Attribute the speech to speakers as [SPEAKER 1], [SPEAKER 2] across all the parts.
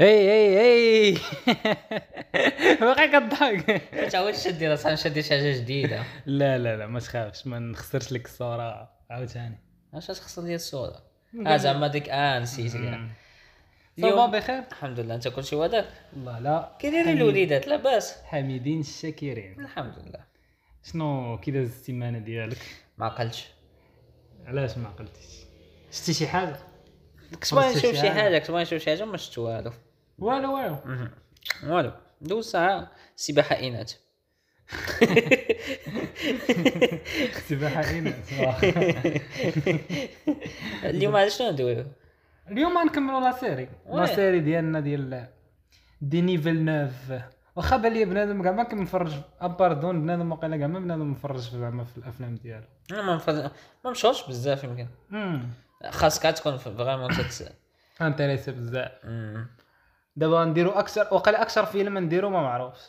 [SPEAKER 1] اي اي اي واقع كضحك
[SPEAKER 2] ما تعاودش تدير راسها باش دير شي حاجه جديده
[SPEAKER 1] لا لا لا ما تخافش ما نخسرش لك الصوره عاوتاني
[SPEAKER 2] علاش تخسر لي الصوره اه زعما ديك اه نسيت
[SPEAKER 1] مم. صافا
[SPEAKER 2] اليوم
[SPEAKER 1] بخير
[SPEAKER 2] الحمد لله انت كلشي وهذاك
[SPEAKER 1] والله لا
[SPEAKER 2] كي دايرين الوليدات لاباس
[SPEAKER 1] حامدين الشاكرين
[SPEAKER 2] الحمد لله
[SPEAKER 1] شنو كي داز السيمانه ديالك
[SPEAKER 2] ما عقلتش
[SPEAKER 1] علاش ما قلتيش شتي شي حاجه
[SPEAKER 2] كنت باغي نشوف شي حاجه كنت باغي نشوف شي حاجه ما شفت والو
[SPEAKER 1] والو والو
[SPEAKER 2] مهم. والو دوز ساعه سباحه اناث
[SPEAKER 1] سباحه اين
[SPEAKER 2] اليوم عاد شنو ندويو
[SPEAKER 1] اليوم غنكملوا لا سيري لا
[SPEAKER 2] وي.
[SPEAKER 1] سيري ديالنا ديال دي نيفل نوف واخا بان لي بنادم كاع ما كنفرج اباردون بنادم وقيلا كاع ما بنادم مفرج في- زعما في الافلام ديالو
[SPEAKER 2] انا ما نفضل- ما مشاوش بزاف يمكن
[SPEAKER 1] امم
[SPEAKER 2] خاصك عاد تكون فريمون تت
[SPEAKER 1] انتريسي بزاف
[SPEAKER 2] مم.
[SPEAKER 1] دابا نديرو اكثر وقيلا اكثر فيلم نديرو ما معروفش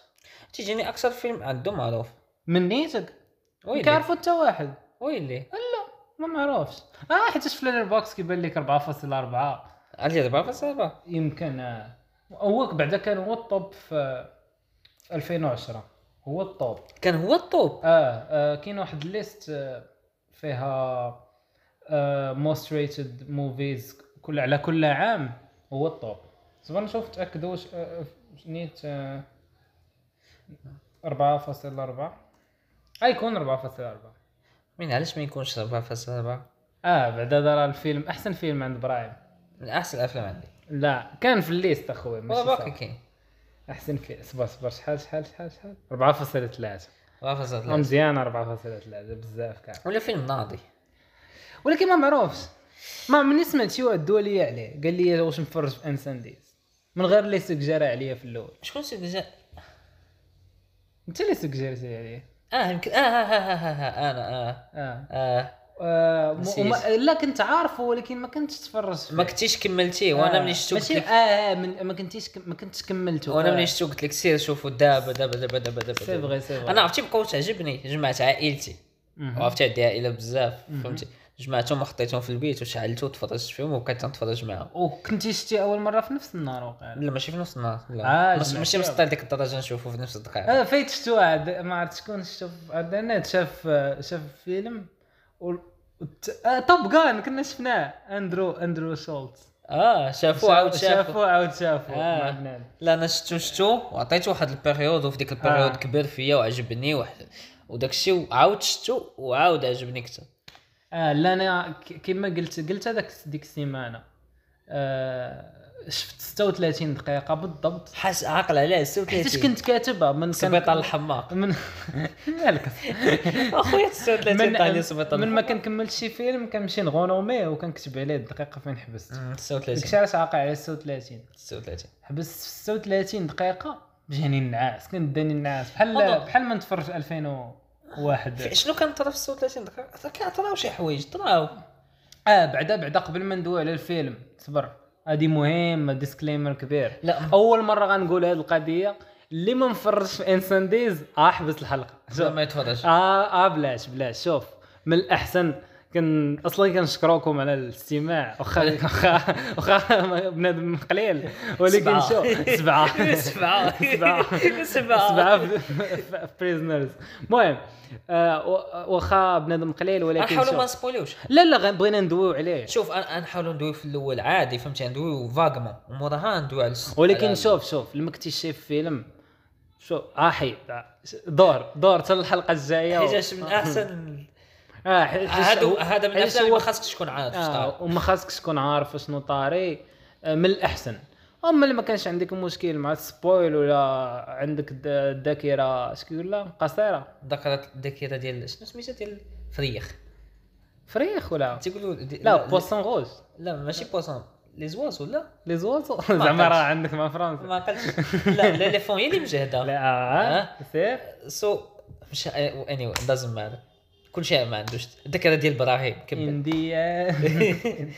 [SPEAKER 2] تيجيني اكثر فيلم عنده معروف
[SPEAKER 1] من نيتك
[SPEAKER 2] ويلي
[SPEAKER 1] كيعرفو حتى واحد
[SPEAKER 2] ويلي
[SPEAKER 1] ما معروفش اه حيت في لينر بوكس كيبان لك 4.4
[SPEAKER 2] عندي 4.7
[SPEAKER 1] يمكن آه. هو بعدا كان هو الطوب في في 2010 هو الطوب
[SPEAKER 2] كان هو الطوب
[SPEAKER 1] اه, آه كاين واحد ليست آه فيها آه، موست ريتد موفيز كل على كل عام هو الطوب صافي نشوف تاكدوا واش آه واش نيت آه 4.4 آه، ايكون 4.4
[SPEAKER 2] مين علاش ما يكونش 4.7
[SPEAKER 1] اه بعدا دار الفيلم احسن فيلم عند برايم
[SPEAKER 2] من احسن الافلام عندي
[SPEAKER 1] لا كان في الليست اخويا
[SPEAKER 2] هو
[SPEAKER 1] ماشي
[SPEAKER 2] باقي
[SPEAKER 1] صح
[SPEAKER 2] كاين
[SPEAKER 1] احسن فيلم صبر صبر شحال شحال شحال شحال 4.3
[SPEAKER 2] 4.3
[SPEAKER 1] مزيان 4.3 بزاف كاع
[SPEAKER 2] ولا فيلم ناضي
[SPEAKER 1] ولكن ما معروفش ما مني سمعت شي واحد دوا لي عليه قال لي واش مفرج في انسان ديز من غير اللي سكجاري عليا في الاول
[SPEAKER 2] شكون سي ديجا
[SPEAKER 1] انت اللي سكجاريتي عليا
[SPEAKER 2] اه يمكن اه اه اه اه, آه انا اه
[SPEAKER 1] اه,
[SPEAKER 2] اه
[SPEAKER 1] آه م-
[SPEAKER 2] نسيت.
[SPEAKER 1] وما... لا كنت عارفه ولكن ما كنتش تفرج فيه.
[SPEAKER 2] ما كنتيش كملتيه وانا
[SPEAKER 1] آه.
[SPEAKER 2] ملي شفتو قلت
[SPEAKER 1] ماشي
[SPEAKER 2] لك
[SPEAKER 1] اه آه، من... ما كنتيش كم... ما كنتش كملته آه.
[SPEAKER 2] وانا ملي شفتو قلت لك سير شوفوا دابا دابا دابا دابا دابا
[SPEAKER 1] سي
[SPEAKER 2] دابا.
[SPEAKER 1] فغي سي فغي
[SPEAKER 2] انا عرفتي بقاو تعجبني جمعت عائلتي عرفتي عندي عائله بزاف فهمتي جمعتهم وحطيتهم في البيت وشعلتو وتفرجت فيهم وبقيت نتفرج معاهم
[SPEAKER 1] وكنتي شتي اول مره في نفس النهار وقال
[SPEAKER 2] لا ماشي في نفس النهار
[SPEAKER 1] آه،
[SPEAKER 2] لا مش-
[SPEAKER 1] جمعت
[SPEAKER 2] ماشي
[SPEAKER 1] فيهم.
[SPEAKER 2] مسطر ديك الدرجه نشوفو في نفس الدقائق
[SPEAKER 1] اه فايت شتو عاد ما عرفت شكون شتو في- عاد انا شاف شاف فيلم و... وت- آه توب غان كنا شفناه اندرو اندرو سولت
[SPEAKER 2] اه شافوه عاود شافوه
[SPEAKER 1] شافوه عاود شافوه
[SPEAKER 2] آه.
[SPEAKER 1] مع بنادم.
[SPEAKER 2] لا انا شفتو شفتو وعطيت واحد البيريود وفي ديك البيريود
[SPEAKER 1] آه.
[SPEAKER 2] كبر فيا وعجبني وح- وداك الشيء وعاود شفتو وعاود عجبني كثر
[SPEAKER 1] اه لا انا ك- كيما قلت قلت هذاك ديك السيمانه آه شفت 36 دقيقه بالضبط
[SPEAKER 2] حاس عاقل عليه
[SPEAKER 1] حيتاش
[SPEAKER 2] 36
[SPEAKER 1] كنت كاتبها من
[SPEAKER 2] سبيطار الحماق
[SPEAKER 1] من مالك
[SPEAKER 2] اخويا 36 طاح لي سبيطار
[SPEAKER 1] من من ما كنكملش شي فيلم كنمشي نغونوميه وكنكتب عليه الدقيقه فين حبست
[SPEAKER 2] الحماق.
[SPEAKER 1] داكشي
[SPEAKER 2] 36
[SPEAKER 1] علاش عاقع على 36
[SPEAKER 2] 36
[SPEAKER 1] حبست في 36 دقيقه جاني النعاس كنت داني النعاس بحال
[SPEAKER 2] بالضبط.
[SPEAKER 1] بحال ما نتفرج في 2001
[SPEAKER 2] في- شنو كان طرا في 36 دقيقه كان طراو شي حوايج طراو
[SPEAKER 1] اه بعدا بعدا قبل ما ندوي على الفيلم صبر هادي مهم ديسكليمر كبير
[SPEAKER 2] لا
[SPEAKER 1] اول مره غنقول هاد القضيه اللي ما مفرجش في آه، انسان ديز احبس الحلقه شوف.
[SPEAKER 2] ما يتفرج
[SPEAKER 1] اه اه بلاش بلاش شوف من الاحسن كن اصلا كنشكركم على الاستماع واخا واخا واخا بنادم قليل ولكن
[SPEAKER 2] سبعة.
[SPEAKER 1] شوف سبعه
[SPEAKER 2] سبعة
[SPEAKER 1] سبعة.
[SPEAKER 2] سبعة
[SPEAKER 1] سبعه في- في بريزنرز المهم آه و- واخا بنادم قليل ولكن
[SPEAKER 2] نحاولوا
[SPEAKER 1] شوف.
[SPEAKER 2] ما نسبوليوش
[SPEAKER 1] لا لا بغينا ندويو عليه
[SPEAKER 2] شوف انا نحاولوا ندوي في الاول عادي فهمتي ندوي فاغمون وموراها ندوي على الس-
[SPEAKER 1] ولكن
[SPEAKER 2] على-
[SPEAKER 1] شوف شوف لما كنتي شايف فيلم شوف احي دور دور حتى الحلقه الجايه و-
[SPEAKER 2] حيت من احسن
[SPEAKER 1] اه حيت-
[SPEAKER 2] هادو هذا من
[SPEAKER 1] حيت
[SPEAKER 2] الافلام اللي
[SPEAKER 1] هو-
[SPEAKER 2] ما خاصكش تكون عارف شنو طار.
[SPEAKER 1] آه وما خاصكش تكون عارف شنو طاري آه، من الاحسن اما اللي ما كانش عندك مشكل مع السبويل ولا عندك د- الذاكره شكون يقول قصيره
[SPEAKER 2] ذكرت الذاكره ديال شنو سميتها ديال فريخ
[SPEAKER 1] فريخ ولا
[SPEAKER 2] تيقولوا دي-
[SPEAKER 1] لا بوسون روج
[SPEAKER 2] لا ماشي بوسون لي زواز ولا
[SPEAKER 1] لي زوزو زعما راه
[SPEAKER 2] عقلتش.
[SPEAKER 1] عندك مع فرنسا
[SPEAKER 2] ما قلتش لا لا لي فون هي اللي مجهده
[SPEAKER 1] لا آه،
[SPEAKER 2] آه.
[SPEAKER 1] سير
[SPEAKER 2] سو مش اني واي دازنت ماتر كل شيء ما عندوش الذاكره ديال ابراهيم كمل
[SPEAKER 1] انديا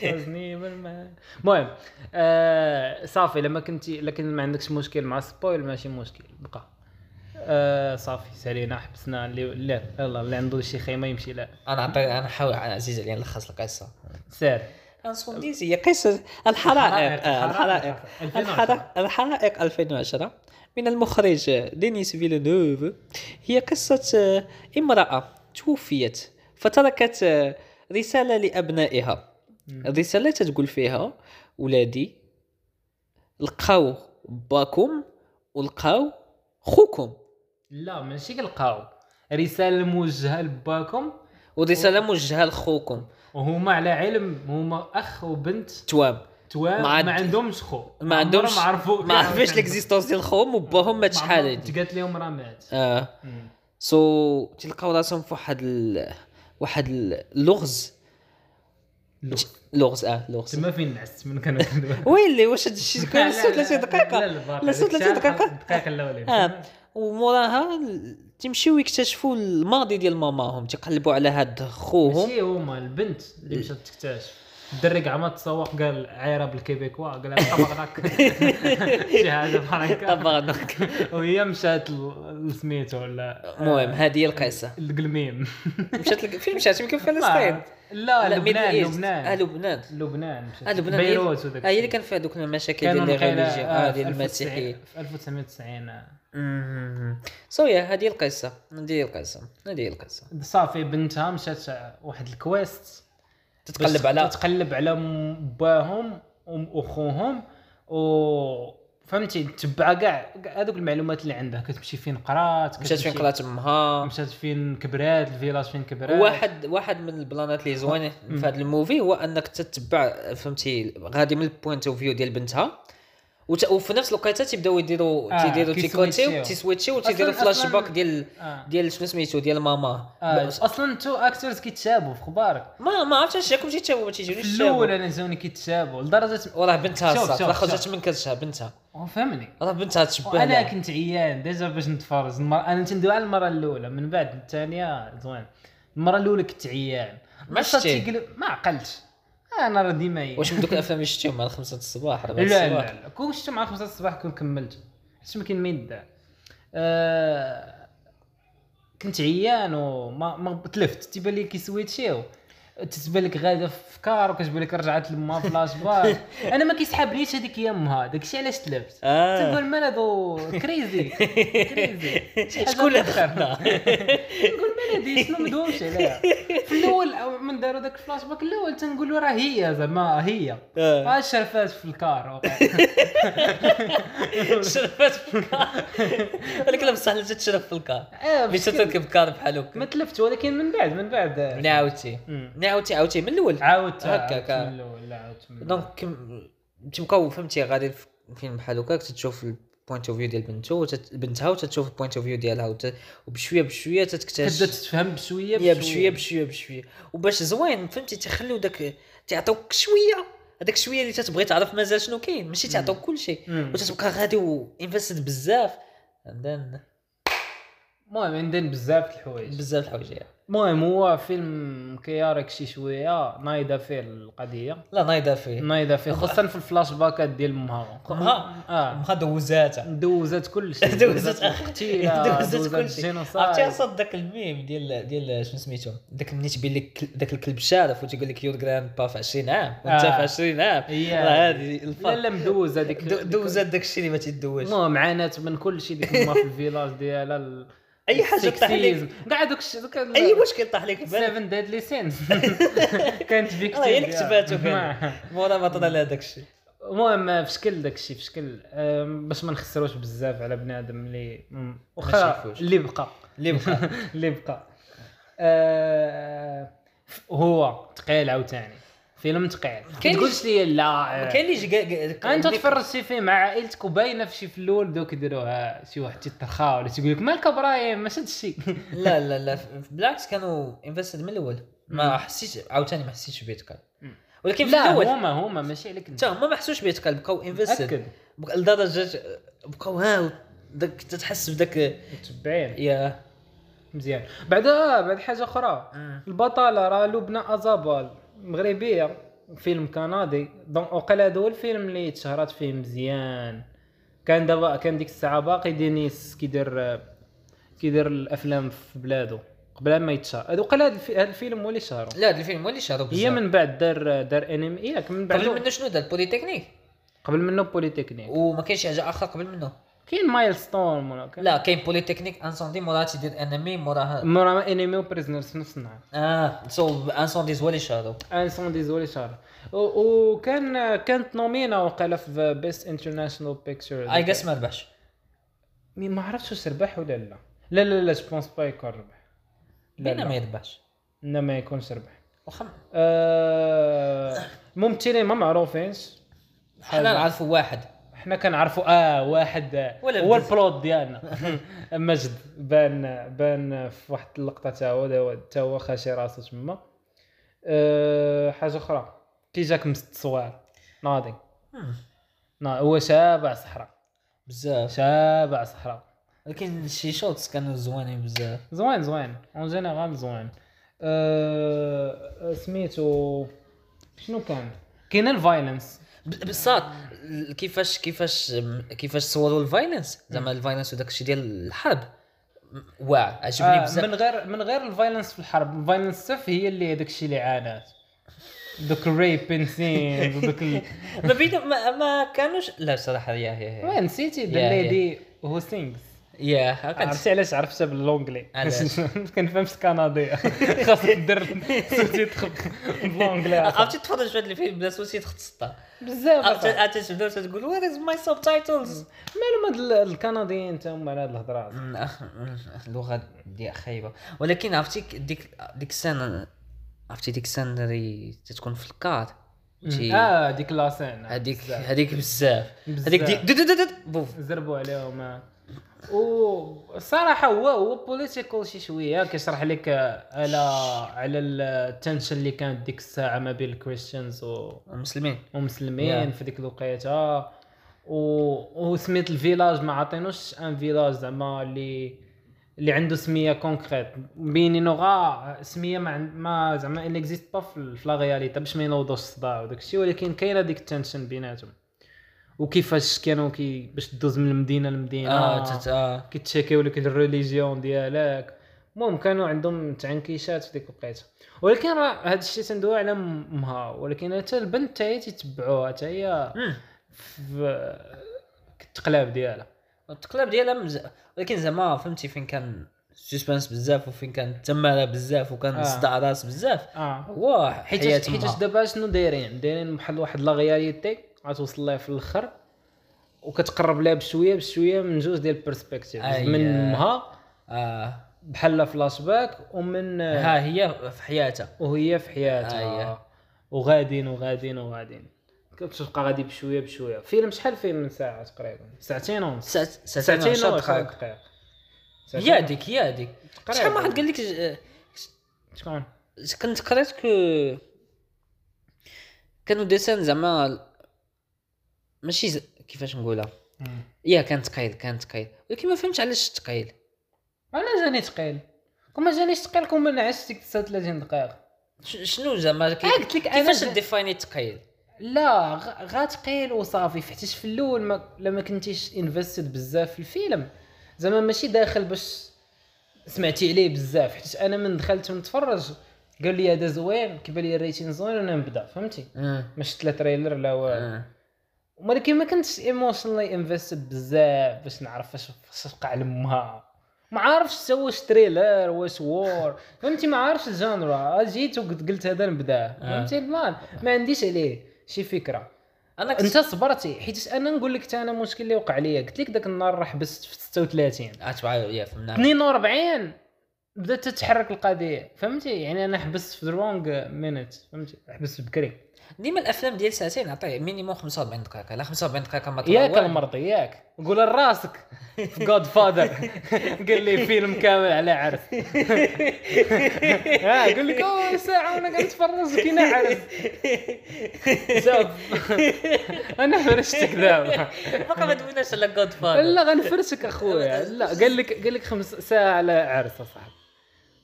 [SPEAKER 1] تزني بالماء المهم آه صافي لما كنتي لكن ما عندكش مشكل مع السبويل ماشي مشكل بقى آه صافي سالينا حبسنا اللي لا يلا اللي عنده شي خيمه يمشي لا
[SPEAKER 2] انا عطي انا حاول عزيز عليا نلخص القصه
[SPEAKER 1] سير
[SPEAKER 2] انسونديزي هي قصه الحرائق آه، الحرائق
[SPEAKER 1] الحرائق 2010
[SPEAKER 2] الحرائق الحرائق 2010 من المخرج دينيس فيلنوف هي قصة آه، امرأة توفيت فتركت آه، رسالة لأبنائها
[SPEAKER 1] مم.
[SPEAKER 2] الرسالة تقول فيها ولادي لقاو باكم ولقاو خوكم
[SPEAKER 1] لا ماشي كنلقاو رساله موجهه لباكم
[SPEAKER 2] والرسالة موجهة لخوكم
[SPEAKER 1] وهما على علم هما اخ وبنت
[SPEAKER 2] توام
[SPEAKER 1] توام
[SPEAKER 2] ما
[SPEAKER 1] ما,
[SPEAKER 2] عاد-
[SPEAKER 1] عندهمش خو
[SPEAKER 2] ما عندهمش
[SPEAKER 1] عمرهم ما عرفوا
[SPEAKER 2] ما عرفوش ليكزيستونس ديال خوهم وباهم مات شحال هادي
[SPEAKER 1] قالت لهم راه مات
[SPEAKER 2] اه
[SPEAKER 1] مم.
[SPEAKER 2] سو تلقاو راسهم في واحد ال... واحد اللغز
[SPEAKER 1] لو.
[SPEAKER 2] لغز اه لغز
[SPEAKER 1] تما فين نعست من كانوا كندوي
[SPEAKER 2] ويلي واش هادشي كان
[SPEAKER 1] لا، لا،
[SPEAKER 2] 36
[SPEAKER 1] لا،
[SPEAKER 2] دقيقة
[SPEAKER 1] لا، باقي.
[SPEAKER 2] لا، 36
[SPEAKER 1] ديك الساعة
[SPEAKER 2] دقيقة.
[SPEAKER 1] الدقائق الاولين
[SPEAKER 2] آه. وموراها ال- تمشيو يكتشفوا الماضي ديال ماماهم تيقلبوا على هاد خوهم
[SPEAKER 1] ماشي هما البنت اللي مشات تكتشف الدري كاع ما تسوق قال عيره بالكيبيكوا قال لها طبقناك شي حاجه بحال هكا
[SPEAKER 2] طبعاً.
[SPEAKER 1] وهي مشات ل- لسميتو ولا
[SPEAKER 2] المهم هذه هي القصة
[SPEAKER 1] القلميم
[SPEAKER 2] مشات لك- فين مشات يمكن فلسطين
[SPEAKER 1] لا
[SPEAKER 2] لا، Middle
[SPEAKER 1] آه، لبنان
[SPEAKER 2] East. اه
[SPEAKER 1] لبنان
[SPEAKER 2] لبنان
[SPEAKER 1] لبنان
[SPEAKER 2] اه
[SPEAKER 1] مشات
[SPEAKER 2] لبنان هي-
[SPEAKER 1] بيروت وداك
[SPEAKER 2] اه هي اللي
[SPEAKER 1] الشيء.
[SPEAKER 2] كان فيها دوك المشاكل
[SPEAKER 1] كانوا
[SPEAKER 2] ديال لي
[SPEAKER 1] مقيلة،
[SPEAKER 2] ريليجيون اه
[SPEAKER 1] آه،
[SPEAKER 2] ديال
[SPEAKER 1] في 1990
[SPEAKER 2] المسيحيين
[SPEAKER 1] في 1990 آه.
[SPEAKER 2] سو يا هذه هي القصة هذه هي القصة هذه هي القصة
[SPEAKER 1] صافي بنتها مشات واحد الكويست
[SPEAKER 2] تتقلب على
[SPEAKER 1] تتقلب على م- باهم وم- وخوهم و فهمتي تتبع كاع كاع هذوك المعلومات اللي عندها كتمشي فين قرات
[SPEAKER 2] مشات فين
[SPEAKER 1] كتمشي-
[SPEAKER 2] قرات امها
[SPEAKER 1] مشات فين كبرات الفيلاج فين كبرات
[SPEAKER 2] واحد واحد من البلانات اللي زوينين في هذا الموفي هو انك تتبع فهمتي غادي من البوينت اوف فيو ديال بنتها وت... وفي نفس الوقت تيبداو يديروا
[SPEAKER 1] آه،
[SPEAKER 2] تيديروا
[SPEAKER 1] كيسويتشيو.
[SPEAKER 2] تيكوتيو تيسويتشيو وتيديروا
[SPEAKER 1] أصلاً-
[SPEAKER 2] فلاش باك
[SPEAKER 1] أصلاً-
[SPEAKER 2] ديال
[SPEAKER 1] آه.
[SPEAKER 2] ديال شنو سميتو ديال ماما
[SPEAKER 1] آه.
[SPEAKER 2] بس-
[SPEAKER 1] اصلا تو اكترز كيتشابوا في خبارك
[SPEAKER 2] ما ما عرفتش ياكم تيتشابوا ما تيجيوش
[SPEAKER 1] في
[SPEAKER 2] يتشابوا.
[SPEAKER 1] الاول انا زوني كيتشابوا لدرجه
[SPEAKER 2] وراه بنتها
[SPEAKER 1] شوف،
[SPEAKER 2] صات
[SPEAKER 1] شوف،
[SPEAKER 2] راه خرجت
[SPEAKER 1] شوف.
[SPEAKER 2] من كرشها بنتها
[SPEAKER 1] أوه، فهمني
[SPEAKER 2] راه بنتها تشبه
[SPEAKER 1] وانا
[SPEAKER 2] لها.
[SPEAKER 1] كنت عيان ديجا باش نتفرج المر... انا تندوي على المره الاولى من بعد الثانيه زوين المره الاولى كنت عيان
[SPEAKER 2] ما
[SPEAKER 1] القصة
[SPEAKER 2] شتي.
[SPEAKER 1] تيقلب- ما عقلتش انا راه ديما عيان
[SPEAKER 2] واش من دوك الافلام اللي شفتيهم مع الخمسة د الصباح
[SPEAKER 1] لا
[SPEAKER 2] ربعة
[SPEAKER 1] لا
[SPEAKER 2] الصباح
[SPEAKER 1] لا كون شفتو مع 5 الصباح كون كملت حيت ما كاين ما يدار آه... كنت عيان وما ما تلفت تيبان لي كيسويتشيو تتبان لك غاده في افكار وكتبان لك رجعت لما فلاش باك انا ما كيسحابليش هذيك يمها داكشي علاش تلفت
[SPEAKER 2] آه.
[SPEAKER 1] تقول مال هادو كريزي كريزي
[SPEAKER 2] شكون اللي دخلنا
[SPEAKER 1] تنقول مال هادي شنو مدومش عليها في الاول أو من داروا داك الفلاش باك الاول تنقولوا راه هي زعما هي
[SPEAKER 2] آه.
[SPEAKER 1] ها شرفات في الكار
[SPEAKER 2] شرفت في الكار هذيك لا بصح لا تتشرف في الكار
[SPEAKER 1] آه،
[SPEAKER 2] باش
[SPEAKER 1] مسكين.
[SPEAKER 2] تركب كار بحال
[SPEAKER 1] ما
[SPEAKER 2] هكا
[SPEAKER 1] تلفت ولكن من بعد من بعد آه،
[SPEAKER 2] ملي عاودتي
[SPEAKER 1] مم.
[SPEAKER 2] ملي عاودتي عاودتي من الاول
[SPEAKER 1] عاودت
[SPEAKER 2] هكاك،
[SPEAKER 1] هكاك
[SPEAKER 2] آه.
[SPEAKER 1] من الاول لا عاودت من الأول.
[SPEAKER 2] دونك كم- تبقاو فهمتي غادي في فيلم بحال هكاك تتشوف البوينت اوف فيو ديال بنته وتت... بنتها وتتشوف البوينت اوف فيو ديالها وت... وبشويه بشويه
[SPEAKER 1] تبدا
[SPEAKER 2] تتكتشف
[SPEAKER 1] تتفهم بشويه
[SPEAKER 2] يا بشويه بشويه بشويه وباش زوين فهمتي تخليو داك تعطوك شويه هذاك شويه اللي تتبغي تعرف مازال شنو كاين ماشي تعطوك كل شيء
[SPEAKER 1] مم.
[SPEAKER 2] وتتبقى غادي وانفستد بزاف عندنا
[SPEAKER 1] المهم عندنا بزاف الحوايج
[SPEAKER 2] بزاف الحوايج
[SPEAKER 1] المهم هو فيلم كيارك شي شويه نايضه فيه القضيه
[SPEAKER 2] لا نايضه فيه
[SPEAKER 1] نايضه فيه خصوصا في الفلاش باكات ديال امها
[SPEAKER 2] امها
[SPEAKER 1] اه
[SPEAKER 2] امها دوزاتها
[SPEAKER 1] دوزات كل شيء
[SPEAKER 2] دوزات
[SPEAKER 1] اختي
[SPEAKER 2] دوزات كل شيء عرفتي
[SPEAKER 1] الجينوسايد
[SPEAKER 2] اصلا ذاك الميم ديال ديال شنو سميتو ذاك ملي تبين لك كل- ذاك الكلب شارف وتيقول لك يور جراند با في 20 عام وانت
[SPEAKER 1] آه.
[SPEAKER 2] في 20 عام
[SPEAKER 1] هي
[SPEAKER 2] راه هذه
[SPEAKER 1] لا
[SPEAKER 2] الفرق
[SPEAKER 1] لا مدوزه هذيك
[SPEAKER 2] دو- دوزات داك الشيء اللي ما تيدوش
[SPEAKER 1] المهم عانات من كل شيء ديك ما في الفيلاج ديالها ال-
[SPEAKER 2] اي حاجه طاح لك
[SPEAKER 1] السكسيزم، كاع دوك الشيء دوك ال-
[SPEAKER 2] اي مشكل طاح لك في بالك
[SPEAKER 1] سيفن ديدلي سينز كانت فيكتيم
[SPEAKER 2] راه هي اللي
[SPEAKER 1] ديالها.
[SPEAKER 2] كتباتو
[SPEAKER 1] ما-
[SPEAKER 2] فعلا مورا ما طلع لها داك الشيء
[SPEAKER 1] المهم في شكل داكشي في شكل أم، باش ما نخسروش بزاف على بنادم اللي مم،
[SPEAKER 2] ما
[SPEAKER 1] واخا
[SPEAKER 2] شافوش.
[SPEAKER 1] اللي بقى
[SPEAKER 2] اللي بقى
[SPEAKER 1] اللي بقى آه، هو ثقيل عاوتاني فيلم ثقيل ما
[SPEAKER 2] كاين-
[SPEAKER 1] تقولش لي لا أه،
[SPEAKER 2] كاين اللي جا- جا-
[SPEAKER 1] انت تفرجتي فيه مع عائلتك وباينه في شي في الاول دوك يديروها شي واحد تيترخا ولا تيقول لك مالك ابراهيم ما شد شي
[SPEAKER 2] لا لا لا ف- بالعكس كانوا انفستد من الاول ما حسيتش عاوتاني ما حسيتش بيتقلب
[SPEAKER 1] مم.
[SPEAKER 2] ولكن في
[SPEAKER 1] لا
[SPEAKER 2] الاول
[SPEAKER 1] هما هما ماشي عليك
[SPEAKER 2] حتى هما ما حسوش بيتقلب بقاو انفستد
[SPEAKER 1] متاكد
[SPEAKER 2] لدرجه بقاو ها داك تتحس بداك
[SPEAKER 1] متبعين
[SPEAKER 2] يا
[SPEAKER 1] مزيان بعدها بعد حاجه اخرى البطله راه لبنى ازابال مغربيه فيلم كندي دونك وقيلا هذا هو الفيلم اللي تشهرت فيه مزيان كان دابا كان ديك الساعه باقي دينيس كيدير كيدير الافلام في بلادو قبل ما يتشهر هذا وقال هذا الفي- هذا الفيلم هو اللي شهره
[SPEAKER 2] لا هذا الفيلم هو اللي شهرو بزاف
[SPEAKER 1] هي من بعد دار دار انمي ياك من بعد
[SPEAKER 2] قبل منه شنو دار بوليتكنيك
[SPEAKER 1] قبل منه بوليتكنيك
[SPEAKER 2] وما كاينش شي حاجه اخرى قبل منه
[SPEAKER 1] كاين مايل ستون ولا كاين-
[SPEAKER 2] لا كاين بوليتكنيك انسوندي موراها تيدير انمي موراها
[SPEAKER 1] مورا انمي وبريزنرز في نفس النهار
[SPEAKER 2] اه سو انسوندي هو اللي شهرو
[SPEAKER 1] انسونديز هو اللي شهر و- وكان كانت نومينا وقال في بيست انترناشونال بيكتشر
[SPEAKER 2] اي جاس ما ربحش
[SPEAKER 1] مي ما عرفتش واش ربح ولا لا لا لا لا جو بونس با يكون ربح لا
[SPEAKER 2] بينا ما
[SPEAKER 1] لا
[SPEAKER 2] يربحش
[SPEAKER 1] لا ما يكونش ربح
[SPEAKER 2] واخا
[SPEAKER 1] آه، الممثلين ما معروفينش
[SPEAKER 2] حنا نعرفوا واحد
[SPEAKER 1] حنا كنعرفوا اه واحد
[SPEAKER 2] ولا
[SPEAKER 1] هو
[SPEAKER 2] بديز.
[SPEAKER 1] البلوت ديالنا مجد بان بان في واحد اللقطه تا هو داو- تا هو خاشي راسو تما أه حاجه اخرى كي جاك مست الصوار ناضي
[SPEAKER 2] مم.
[SPEAKER 1] نا هو شابع صحراء
[SPEAKER 2] بزاف
[SPEAKER 1] شابع صحراء
[SPEAKER 2] لكن شي شوتس كانوا زوينين بزاف
[SPEAKER 1] زوين زوين اون جينيرال زوين أه سميتو شنو كان كاين الفايلنس
[SPEAKER 2] ب- بصات ال- كيفاش كيفاش م- كيفاش صوروا الفايلنس زعما الفايلنس وداك الشيء ديال الحرب م- واعر عجبني
[SPEAKER 1] آه
[SPEAKER 2] بزاف
[SPEAKER 1] من غير من غير الفايلنس في الحرب الفايلنس السف هي اللي داك الشيء اللي عانات دوك الريبين سينز ودوك ال...
[SPEAKER 2] ما بينهم ما, ما كانوش لا صراحه يا يا يا
[SPEAKER 1] وين نسيتي
[SPEAKER 2] يا-
[SPEAKER 1] ذا ليدي هو سينجز
[SPEAKER 2] يا ها كانت
[SPEAKER 1] عرفتي علاش عرفتها باللونجلي
[SPEAKER 2] علاش؟
[SPEAKER 1] ما كنفهمش الكنديه خاصك دير سوتيتر باللونجلي
[SPEAKER 2] عرفتي تفرج في هذا الفيلم بلا سوسي تخت سطا
[SPEAKER 1] بزاف
[SPEAKER 2] عرفتي عرفتي تبدا تقول وير از ماي سب تايتلز
[SPEAKER 1] مالهم هاد ال- الكنديين تا هما على هاد الهضره هادي.
[SPEAKER 2] اللغه دي خايبه ولكن عرفتي ك- ديك ديك السنه عرفتي ديك السنه اللي تتكون في الكار وتي-
[SPEAKER 1] اه ديك لاسين
[SPEAKER 2] هذيك
[SPEAKER 1] بزاف.
[SPEAKER 2] هذيك بزاف
[SPEAKER 1] بزاف.
[SPEAKER 2] هذيك دي- دو- دو- دو- دو- بوف
[SPEAKER 1] زربوا عليهم آه. والصراحه هو هو بوليتيكال شي شويه كيشرح لك آه، على على التنشن اللي كانت ديك الساعه ما بين الكريستيانز و-
[SPEAKER 2] المسلمين
[SPEAKER 1] ومسلمين
[SPEAKER 2] Yeah.
[SPEAKER 1] في ديك الوقيته و... وسميت الفيلاج ما عطينوش ان فيلاج زعما اللي اللي عنده سميه كونكريت بينينو غا سميه ما, عند... ما زعما انكزيست با في في لا رياليتي باش ما ينوضوش الصداع وداك الشيء ولكن كاينه ديك التنشن بيناتهم وكيفاش كانوا كي باش تدوز من المدينه لمدينه
[SPEAKER 2] اه تت- اه
[SPEAKER 1] كيتشيكيو لك الريليجيون ديالك المهم كانوا عندهم تعنكيشات في ديك الوقيته ولكن راه هذا الشيء تندوي على م- مها ولكن حتى البنت حتى هي تيتبعوها حتى هي
[SPEAKER 2] مم.
[SPEAKER 1] في التقلاب ديالها
[SPEAKER 2] التقلاب ديالها مز... ولكن زعما فهمتي فين كان سسبنس بزاف وفين كان التماره بزاف وكان
[SPEAKER 1] آه.
[SPEAKER 2] صداع راس بزاف
[SPEAKER 1] اه
[SPEAKER 2] هو
[SPEAKER 1] حيت
[SPEAKER 2] حيت
[SPEAKER 1] حيت دابا شنو دايرين دايرين بحال واحد لا غياليتي غتوصل لها في الاخر وكتقرب لها بشويه بشويه من جوج ديال البيرسبكتيف
[SPEAKER 2] أي.
[SPEAKER 1] من مها
[SPEAKER 2] آه.
[SPEAKER 1] بحال فلاش باك ومن
[SPEAKER 2] ها هي في حياتها
[SPEAKER 1] وهي في حياتها
[SPEAKER 2] أييه.
[SPEAKER 1] وغادين وغادين وغادين كتبقى غادي بشويه بشويه فيلم شحال فيه من ساعه تقريبا ساعتين ونص
[SPEAKER 2] ساعت- ساعتين
[SPEAKER 1] ساعتين
[SPEAKER 2] ونص
[SPEAKER 1] ونص
[SPEAKER 2] دقائق
[SPEAKER 1] دقيقه ساعتين
[SPEAKER 2] هي هذيك هي هذيك
[SPEAKER 1] تقريباً.
[SPEAKER 2] شحال من واحد قال لك ج-
[SPEAKER 1] شكون
[SPEAKER 2] كنت قريت كو كانوا ديسان زعما ماشي ز... كيفاش نقولها يا كان ثقيل كان ثقيل ولكن ما فهمتش علاش ثقيل
[SPEAKER 1] انا جاني ثقيل كون ما جانيش ثقيل كون ما عشت ديك 39 دقيقه
[SPEAKER 2] ش- شنو زعما كي...
[SPEAKER 1] آه، قلت لك أنا
[SPEAKER 2] كيفاش
[SPEAKER 1] ج-
[SPEAKER 2] ديفايني ثقيل
[SPEAKER 1] لا غ- غا ثقيل وصافي فحتيش في الاول ما لما كنتيش انفستد بزاف في الفيلم زعما ماشي داخل باش سمعتي عليه بزاف حيت انا من دخلت ونتفرج قال لي هذا زوين كيبان لي الريتين زوين وانا نبدا فهمتي ما شفت لا تريلر لا
[SPEAKER 2] آه.
[SPEAKER 1] والو ولكن ما كنتش ايموشنلي انفستد بزاف باش نعرف اش اش وقع لمها ما عارفش تا واش تريلر واش وور فهمتي ما عارفش الجانرا آه، جيت وقلت قلت هذا نبداه فهمتي البلان ما عنديش عليه شي فكره
[SPEAKER 2] انا كنت
[SPEAKER 1] انت صبرتي حيت انا نقول لك تا انا المشكل اللي وقع لي قلت لك ذاك النهار راه حبست في 36
[SPEAKER 2] اتبع آه، يا نعم. فهمنا
[SPEAKER 1] 42 بدات تتحرك القضيه فهمتي يعني انا حبست في رونغ مينيت فهمتي حبست بكري
[SPEAKER 2] ديما الافلام ديال ساعتين عطيه مينيموم 45 دقيقه لا 45 دقيقه ما طلع
[SPEAKER 1] ياك
[SPEAKER 2] والو.
[SPEAKER 1] المرضي ياك قول لراسك في جود فادر قال لي فيلم كامل على عرس ها قال لك اوه ساعه وانا قاعد نتفرج كينا عرس شوف انا فرشتك دابا
[SPEAKER 2] باقي ما دويناش على جود فاذر
[SPEAKER 1] لا غنفرشك اخويا لا قال لك قال لك خمس ساعه على عرس اصاحبي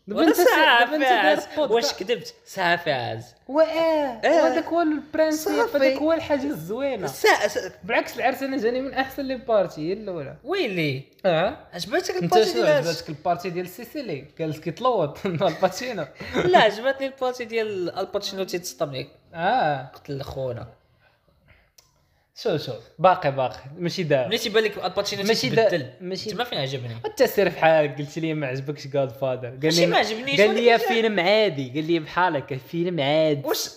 [SPEAKER 2] ولا
[SPEAKER 1] دابا
[SPEAKER 2] ساعة
[SPEAKER 1] ساعه
[SPEAKER 2] فاز واش كذبت ساعة فاز
[SPEAKER 1] واه
[SPEAKER 2] آه.
[SPEAKER 1] هذاك هو البرانسيب
[SPEAKER 2] صافي.
[SPEAKER 1] هذاك هو الحاجه الزوينه
[SPEAKER 2] ساعة ساعة-
[SPEAKER 1] بالعكس العرسانه جاني من احسن لي بارتي هي الاولى
[SPEAKER 2] ويلي
[SPEAKER 1] اه
[SPEAKER 2] عجبتك
[SPEAKER 1] انت
[SPEAKER 2] البارتي
[SPEAKER 1] شنو
[SPEAKER 2] ديال
[SPEAKER 1] عجبتك البارتي ديال سيسيلي جالس كيتلوط مع الباتشينو
[SPEAKER 2] لا عجبتني البارتي ديال الباتشينو تيتصطبني
[SPEAKER 1] اه
[SPEAKER 2] قلت لخونا
[SPEAKER 1] شوف شوف باقي باقي ماشي داعي
[SPEAKER 2] ملي تيبان لك الباتشينو
[SPEAKER 1] ماشي
[SPEAKER 2] ماشي
[SPEAKER 1] دا-
[SPEAKER 2] تبدل
[SPEAKER 1] ماشي-
[SPEAKER 2] ماشي تما فين عجبني
[SPEAKER 1] التسير بحال قلت لي ما عجبكش جاد فادر قال
[SPEAKER 2] ماشي
[SPEAKER 1] لي
[SPEAKER 2] ما عجبنيش
[SPEAKER 1] قال لي
[SPEAKER 2] ولكن-
[SPEAKER 1] فيلم عادي قال لي بحالك فيلم عادي
[SPEAKER 2] واش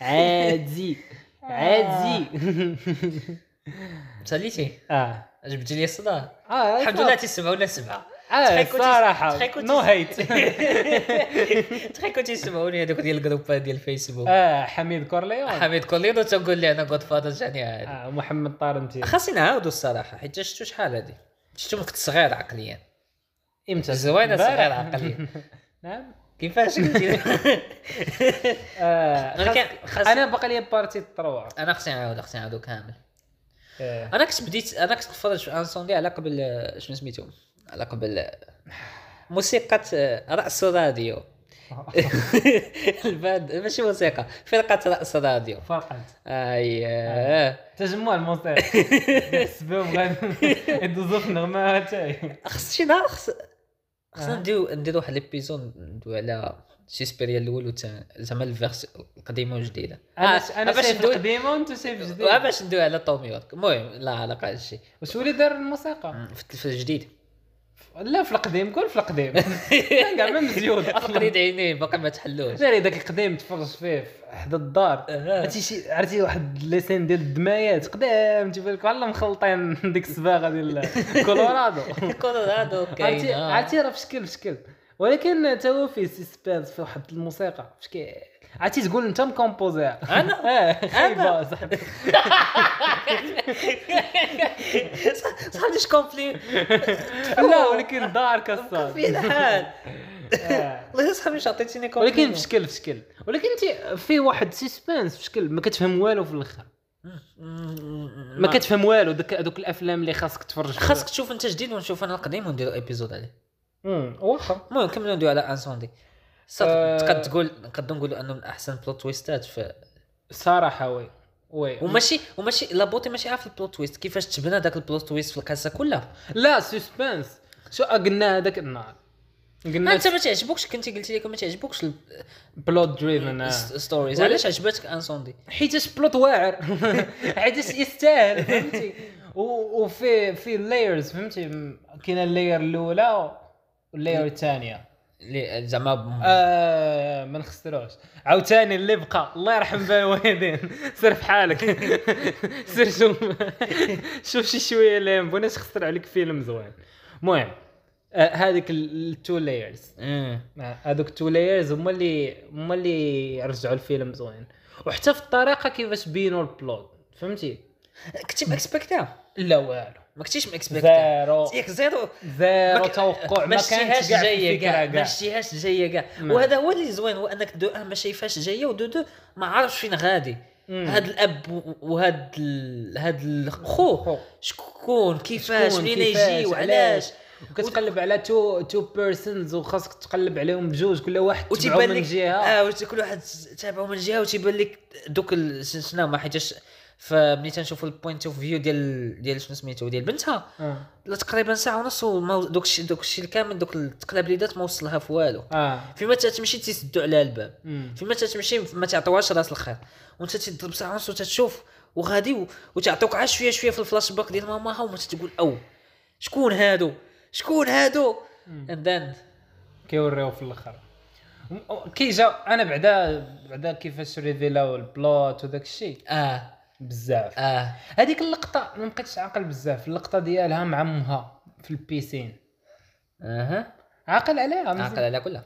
[SPEAKER 1] عادي عادي
[SPEAKER 2] ساليتي
[SPEAKER 1] اه
[SPEAKER 2] عجبتي لي الصداع
[SPEAKER 1] اه
[SPEAKER 2] آه، الحمد لله تيسمعوا لنا سبعه
[SPEAKER 1] اه
[SPEAKER 2] تخيكو تيس-
[SPEAKER 1] صراحه
[SPEAKER 2] تخيكو
[SPEAKER 1] نو هيت
[SPEAKER 2] تيس- تخيل كنت يسمعوني هذوك ديال الجروبات ديال الفيسبوك
[SPEAKER 1] اه حميد كورليون
[SPEAKER 2] حميد كوليدو تنقول لي انا جود فادر جاني عادي
[SPEAKER 1] آه محمد طارنتي
[SPEAKER 2] خاصني نعاودو الصراحه حيت شفتو شحال هادي شفتو كنت صغير عقليا
[SPEAKER 1] امتى
[SPEAKER 2] زوينة صغيرة
[SPEAKER 1] امبارح.
[SPEAKER 2] عقلية.
[SPEAKER 1] نعم
[SPEAKER 2] كيفاش قلتي
[SPEAKER 1] آه،
[SPEAKER 2] ولكن
[SPEAKER 1] خاص-
[SPEAKER 2] خاص
[SPEAKER 1] انا باقي لي بارتي الطروعه
[SPEAKER 2] انا خصني نعاود خصني نعاودو كامل
[SPEAKER 1] آه،
[SPEAKER 2] انا كنت بديت انا كنت نتفرج في انسوندي على قبل آه، شنو سميتو على قبل آه، موسيقى آه، رأس راديو الباند ماشي موسيقى فرقة رأس راديو
[SPEAKER 1] فرقت
[SPEAKER 2] اي آه.
[SPEAKER 1] تجمع الموسيقى سبب غادي يدوزو في النغمه تاعي
[SPEAKER 2] خص شي نهار خص خصنا
[SPEAKER 1] آه.
[SPEAKER 2] نديرو نديرو واحد ليبيزود ندوي على شيسبيريا الاول والثاني زعما الفيرس القديمه والجديده
[SPEAKER 1] انا انا
[SPEAKER 2] باش
[SPEAKER 1] شايف
[SPEAKER 2] ندوي-
[SPEAKER 1] القديمه وانت شايف
[SPEAKER 2] آه،
[SPEAKER 1] الجديد
[SPEAKER 2] باش ندوي على توم يورك المهم لا علاقه هذا الشيء
[SPEAKER 1] واش هو اللي دار الموسيقى
[SPEAKER 2] في الت- في الجديد
[SPEAKER 1] لا في القديم كل في القديم كان كاع ما مزيود اصلا
[SPEAKER 2] تقليد عينين باقي ما تحلوش
[SPEAKER 1] ناري داك القديم تفرج فيه في حدا الدار
[SPEAKER 2] آه.
[SPEAKER 1] عرفتي شي عرفتي واحد ليسين ديال الدمايات قدام تيبان لك بحال مخلطين ديك الصباغه ديال كولورادو
[SPEAKER 2] كولورادو
[SPEAKER 1] عرفتي
[SPEAKER 2] كاين آه.
[SPEAKER 1] عرفتي راه في شكل في شكل ولكن تا هو فيه سسبانس في واحد الموسيقى في شكل عرفتي تقول انت مكومبوزير
[SPEAKER 2] أنا-
[SPEAKER 1] آه، خايبه
[SPEAKER 2] أنا.
[SPEAKER 1] صاحبي
[SPEAKER 2] صح- صح عنديش كومبلي
[SPEAKER 1] لا ولكن دارك
[SPEAKER 2] في
[SPEAKER 1] الصاد
[SPEAKER 2] الحال والله صاحبي مش عطيتيني كومبلي
[SPEAKER 1] ولكن في شكل في شكل ولكن انت فيه واحد سسبانس في شكل ما كتفهم والو في الاخر ما كتفهم والو دك دوك الافلام اللي خاصك تفرج فيها.
[SPEAKER 2] خاصك تشوف انت جديد ونشوف انا القديم ونديرو ايبيزود عليه
[SPEAKER 1] مم، واخا
[SPEAKER 2] المهم كملوا ندوي على انسوندي
[SPEAKER 1] آه.
[SPEAKER 2] صدق قد تقول قد نقولوا انه من احسن بلوت تويستات في
[SPEAKER 1] صراحه وي وي
[SPEAKER 2] وماشي وماشي لا بوتي ماشي عارف البلوت تويست كيفاش تبنى داك البلوت تويست في القصه كلها
[SPEAKER 1] لا سسبانس شو قلنا هذاك النهار قلنا
[SPEAKER 2] انت ما تعجبوكش كنتي قلتي لي ما تعجبوكش
[SPEAKER 1] بلوت دريفن
[SPEAKER 2] الستوريز
[SPEAKER 1] ولا-
[SPEAKER 2] علاش عجبتك انسوندي
[SPEAKER 1] آه. حيتاش بلوت واعر حيتاش يستاهل فهمتي و- وفي في لايرز فهمتي م- كاينه اللاير الاولى واللاير الثانيه
[SPEAKER 2] اللي زعما ب-
[SPEAKER 1] آه ما نخسروش عاوتاني اللي بقى الله يرحم بها الوالدين سير في حالك سير شوف شوف شي شويه اللي بغيناش نخسر عليك فيلم زوين المهم آه، هذيك التو لايرز
[SPEAKER 2] مم.
[SPEAKER 1] آه، هذوك تو لايرز هما اللي هما اللي رجعوا الفيلم زوين وحتى في الطريقه كيفاش بينوا البلوت فهمتي
[SPEAKER 2] كنتي مكسبكتا
[SPEAKER 1] لا والو
[SPEAKER 2] ما كنتيش مكسبكتا
[SPEAKER 1] زيرو
[SPEAKER 2] ياك زيرو
[SPEAKER 1] زيرو
[SPEAKER 2] ما ك-
[SPEAKER 1] توقع ما
[SPEAKER 2] ما
[SPEAKER 1] كانش
[SPEAKER 2] شتيهاش
[SPEAKER 1] كاع في
[SPEAKER 2] جايه
[SPEAKER 1] الفكرة
[SPEAKER 2] كاع
[SPEAKER 1] كاع نعم.
[SPEAKER 2] ما شتيهاش جايه كاع
[SPEAKER 1] ما.
[SPEAKER 2] وهذا هو اللي زوين هو انك دو ان ما شايفاش جايه ودو دو ما عارفش فين غادي
[SPEAKER 1] مم.
[SPEAKER 2] هاد الاب و- وهاد ال... هاد الخو
[SPEAKER 1] خو.
[SPEAKER 2] شكون كيفاش
[SPEAKER 1] شكون،
[SPEAKER 2] منين
[SPEAKER 1] كيفاش،
[SPEAKER 2] يجي
[SPEAKER 1] علاش.
[SPEAKER 2] وعلاش
[SPEAKER 1] وكتقلب على تو تو بيرسونز وخاصك تقلب عليهم بجوج كل واحد تبعو
[SPEAKER 2] وتيبان
[SPEAKER 1] من
[SPEAKER 2] لك
[SPEAKER 1] جهه
[SPEAKER 2] اه وت- كل واحد تابعه من جهه وتيبان لك دوك ال- شنو ما حيتاش فملي تنشوفوا البوينت اوف فيو ديال ديال شنو سميتو ديال بنتها
[SPEAKER 1] اه
[SPEAKER 2] لا تقريبا ساعه ونص وما دوك الشيء دوك الشيء كامل دوك التقلبليدات ما وصلها في والو
[SPEAKER 1] اه
[SPEAKER 2] فيما تتمشي تيسدو على الباب
[SPEAKER 1] مم.
[SPEAKER 2] فيما تتمشي ما تعطيوهاش راس الخير وانت تضرب ساعه ونص وتتشوف وغادي و- وتعطوك عا شويه شويه في الفلاش باك ديال ماماها وما تقول او شكون هادو شكون هادو اند ذن
[SPEAKER 1] كيوريو في الاخر م- أو- كي جا انا بعدا بعدا كيفاش ريفيلاو البلوت وداك الشيء
[SPEAKER 2] اه
[SPEAKER 1] بزاف
[SPEAKER 2] اه
[SPEAKER 1] هذيك اللقطه ما بقيتش عاقل بزاف اللقطه ديالها مع امها في البيسين
[SPEAKER 2] اها
[SPEAKER 1] عاقل عليها مزيان.
[SPEAKER 2] عاقل على كلها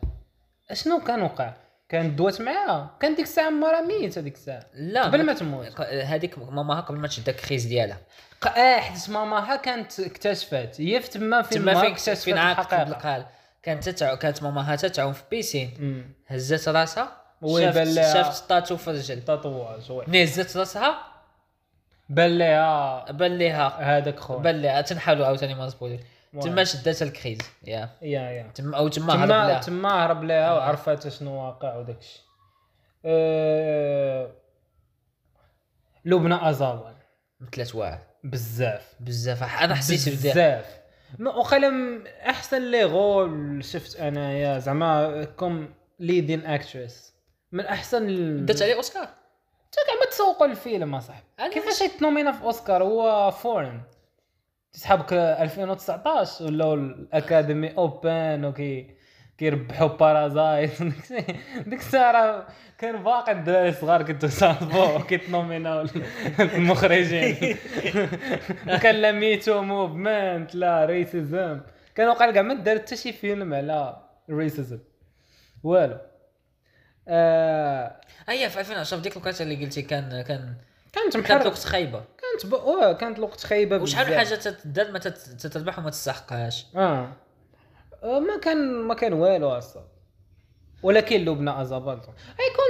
[SPEAKER 1] اشنو كان وقع كان دوات معاها كان ديك الساعه مرا ميت هذيك الساعه
[SPEAKER 2] لا
[SPEAKER 1] قبل ما تموت
[SPEAKER 2] ق- هذيك ماماها قبل ما تشد الكريز ديالها
[SPEAKER 1] ق- اه حيت ماماها كانت اكتشفت هي في تما في
[SPEAKER 2] تما فين
[SPEAKER 1] اكتشفت
[SPEAKER 2] فين عاقت
[SPEAKER 1] الحقيقه
[SPEAKER 2] بالقال كانت تتع... كانت ماماها تتعوم في بيسين
[SPEAKER 1] أمم.
[SPEAKER 2] هزت راسها
[SPEAKER 1] ويبان
[SPEAKER 2] شافت
[SPEAKER 1] لها-
[SPEAKER 2] شافت طاتو في الرجل
[SPEAKER 1] تطواج وي.
[SPEAKER 2] ملي هزت راسها
[SPEAKER 1] بان ليها
[SPEAKER 2] بان ليها
[SPEAKER 1] هذاك خويا أيوة.
[SPEAKER 2] بان ليها تنحالوا عاوتاني ما نسبولي تما شداتها الكريز يا
[SPEAKER 1] يا يا
[SPEAKER 2] تما او تما هرب
[SPEAKER 1] تما
[SPEAKER 2] لها
[SPEAKER 1] تما هرب لها وعرفت شنو واقع وداك الشيء أه... لبنى ازاوال
[SPEAKER 2] من ثلاث واعر
[SPEAKER 1] بزاف
[SPEAKER 2] بزاف انا حسيت بدا
[SPEAKER 1] بزاف ما وقال م- احسن لي غول شفت انايا زعما كوم ليدين اكتريس من احسن ال-
[SPEAKER 2] دات عليه اوسكار
[SPEAKER 1] تاك ما تسوقوا الفيلم اصاحبي
[SPEAKER 2] أنا
[SPEAKER 1] كيفاش يتنومينا في اوسكار هو فورن تسحبك 2019 ولا الاكاديمي اوبن وكي كيربحوا بارازايت ديك الساعه راه كان باقي الدراري الصغار كنتو صافو كيتنوميناو المخرجين وكان لا ميتو موفمنت لا ريسيزم كان وقال كاع ما دار حتى شي فيلم على الريسيزم والو آه
[SPEAKER 2] هي في 2010 ديك الوقت اللي قلتي كان كان
[SPEAKER 1] كانت
[SPEAKER 2] كانت
[SPEAKER 1] محرقه
[SPEAKER 2] وقت خايبه
[SPEAKER 1] كانت ب... اه كانت الوقت خايبه
[SPEAKER 2] وشحال من
[SPEAKER 1] بزاف.
[SPEAKER 2] حاجه تتدار ما تت- تتربح وما تستحقهاش
[SPEAKER 1] اه آه، ما كان ما كان والو اصلا ولكن لبنى ازابانتو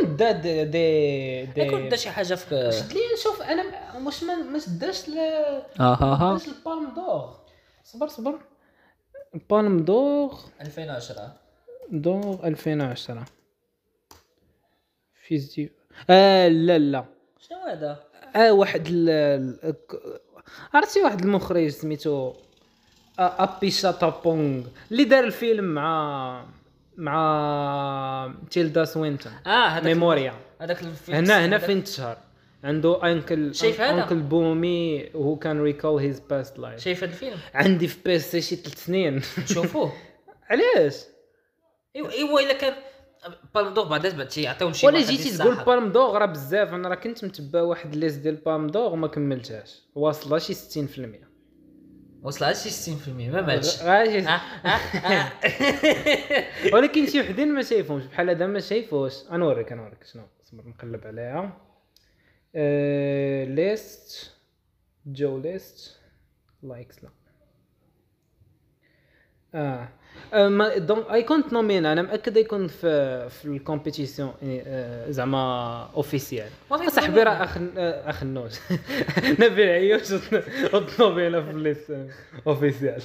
[SPEAKER 1] يكون دا دي دي دي
[SPEAKER 2] يكون دا شي حاجه في
[SPEAKER 1] شد لي نشوف انا م- واش ما ما شداش ل آه.
[SPEAKER 2] اها
[SPEAKER 1] شداش البالم دور صبر صبر البالم دور
[SPEAKER 2] 2010
[SPEAKER 1] دور 2010 فيزيو اه لا لا
[SPEAKER 2] شنو هذا؟
[SPEAKER 1] اه واحد ال- ال- ك- عرفتي واحد المخرج سميتو آ- ابي شاتابونغ اللي دار الفيلم مع مع تيلدا سوينتون
[SPEAKER 2] اه هذاك
[SPEAKER 1] ميموريا
[SPEAKER 2] هذاك الفيلم
[SPEAKER 1] هنا هنا
[SPEAKER 2] هذاك-
[SPEAKER 1] فين تشهر عنده انكل
[SPEAKER 2] شايف هذا؟
[SPEAKER 1] انكل بومي هو كان ريكول هيز باست لايف
[SPEAKER 2] شايف هذا الفيلم
[SPEAKER 1] عندي في بي اس شي ثلاث سنين
[SPEAKER 2] شوفوه
[SPEAKER 1] علاش
[SPEAKER 2] ايوا ايوا الا كان بالون دور بعدا بعد تيعطيو لشي
[SPEAKER 1] ولا
[SPEAKER 2] واحد
[SPEAKER 1] جيتي
[SPEAKER 2] يستحق.
[SPEAKER 1] تقول بالم دور راه بزاف انا راه كنت متبع واحد ليست ديال بالم دور وما كملتهاش واصله شي 60%
[SPEAKER 2] وصل على شي 60% ما ماتش
[SPEAKER 1] غاشي
[SPEAKER 2] آه، آه، آه.
[SPEAKER 1] ولكن شي وحدين ما شايفهمش بحال هذا ما شايفوش غنوريك غنوريك شنو صبر نقلب عليها أه... ليست جو ليست لايكس لا اه أه، ما دونك ايكون نومين انا مأكد يكون في في الكومبيتيسيون أه، زعما اوفيسيال
[SPEAKER 2] وفي
[SPEAKER 1] صاحبي راه اخ آه، اخ النوش نبيل عيوش وطنوبيله في الليست اوفيسيال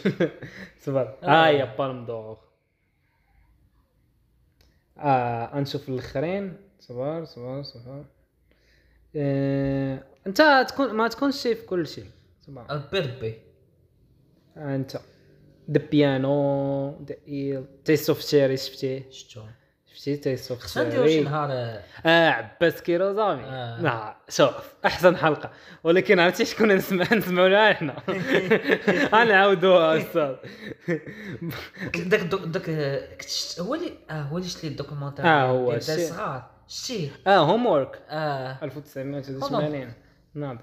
[SPEAKER 1] صبر ها هي بالم دور اه نشوف الاخرين صبر صبر صبر آه، انت تكون ما تكونش شايف كل شيء صبر
[SPEAKER 2] ربي ربي
[SPEAKER 1] آه، انت ذا بيانو ذا ايل تيست اوف شيري شفتيه
[SPEAKER 2] شتو
[SPEAKER 1] شفتي تيست اوف
[SPEAKER 2] خصنا نديرو شي
[SPEAKER 1] شيري
[SPEAKER 2] نهار آه،
[SPEAKER 1] اه عباس كيروزامي
[SPEAKER 2] آه.
[SPEAKER 1] آه. شوف احسن حلقه ولكن عرفتي شكون نسمع نسمعوا لها احنا غنعاودوها استاذ
[SPEAKER 2] داك داك داك آه، كنت شت- هو اللي اه هو اللي شت لي الدوكيومونتير
[SPEAKER 1] آه، هو
[SPEAKER 2] ديال
[SPEAKER 1] شتيه.
[SPEAKER 2] صغار شتيه
[SPEAKER 1] اه هوم وورك
[SPEAKER 2] اه
[SPEAKER 1] 1989 ناضي نعم.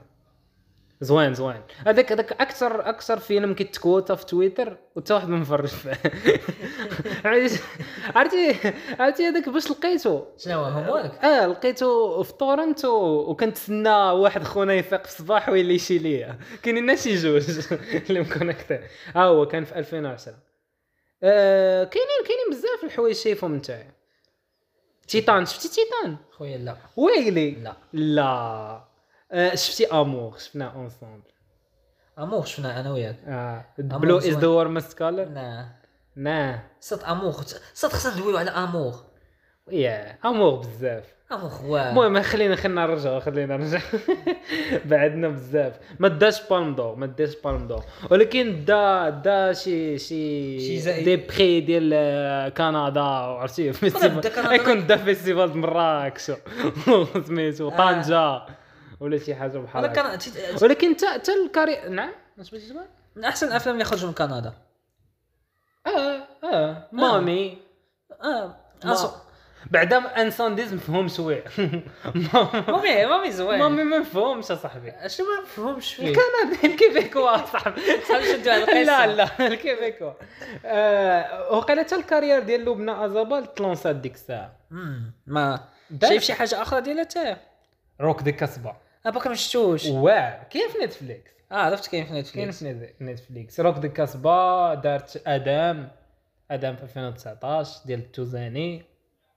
[SPEAKER 1] زوين زوين هذاك هذاك اكثر اكثر فيلم كيتكوتا في تويتر وتا واحد ما مفرج فيه عرفتي- عرفتي عرفتي هذاك باش لقيته
[SPEAKER 2] شنو هو هومورك
[SPEAKER 1] اه لقيته في تورنت و- وكنتسنى واحد خونا يفيق في الصباح ويلي يشي ليا كاينين شي جوج اللي مكونكتي ها هو كان في 2010 آه كاينين كاينين بزاف الحوايج شايفهم نتايا تيتان شفتي تيتان
[SPEAKER 2] خويا لا
[SPEAKER 1] ويلي
[SPEAKER 2] لا
[SPEAKER 1] لا آه شفتي امور شفناه اونسومبل
[SPEAKER 2] امور شفنا انا وياك
[SPEAKER 1] آه
[SPEAKER 2] Amour
[SPEAKER 1] بلو از
[SPEAKER 2] زوين.
[SPEAKER 1] ذا وارمست كولر
[SPEAKER 2] لا
[SPEAKER 1] ناه
[SPEAKER 2] صد امور صد خصنا ندويو على امور
[SPEAKER 1] يا امور بزاف
[SPEAKER 2] امور هو
[SPEAKER 1] المهم خلينا خلينا نرجعوا خلينا نرجع بعدنا بزاف ما داش بالم دور ما داش بالم دور ولكن دا دا شي شي
[SPEAKER 2] شي زائد.
[SPEAKER 1] دي بري ديال آه، كندا عرفتي فيستيفال
[SPEAKER 2] دا كندا
[SPEAKER 1] يكون دا فيستيفال د مراكش سميتو
[SPEAKER 2] آه.
[SPEAKER 1] طنجه ولا شي حاجه بحال
[SPEAKER 2] انا
[SPEAKER 1] هكا
[SPEAKER 2] كان تي-
[SPEAKER 1] ولكن تا تا الكاري نعم اش بغيتي تقول؟
[SPEAKER 2] من احسن الافلام اللي خرجوا من كندا
[SPEAKER 1] اه
[SPEAKER 2] آه.
[SPEAKER 1] اه مامي
[SPEAKER 2] اه
[SPEAKER 1] ما-
[SPEAKER 2] أصو-
[SPEAKER 1] بعدا انسان ديز مفهوم شويه
[SPEAKER 2] مامي مامي زوين
[SPEAKER 1] مامي ما مفهومش صاحبي
[SPEAKER 2] شنو ما نفهمش فيه
[SPEAKER 1] الكندي الكيبيكوا صاحبي
[SPEAKER 2] خلينا نشدو على القصه
[SPEAKER 1] لا لا الكيبيكوا آه، وقيلا حتى الكارير ديال لبنى ازابال تلونسات ديك الساعه
[SPEAKER 2] مم، ما
[SPEAKER 1] داك-
[SPEAKER 2] شايف شي حاجه اخرى ديالها حتى
[SPEAKER 1] روك دي كاسبا
[SPEAKER 2] باقي ما شفتوش اه
[SPEAKER 1] واعر كيف نتفليكس
[SPEAKER 2] عرفت كاين في
[SPEAKER 1] كاين
[SPEAKER 2] نتفليكس
[SPEAKER 1] في نت- نتفليكس روك دي كاسبا دارت ادم ادم في 2019 ديال التوزاني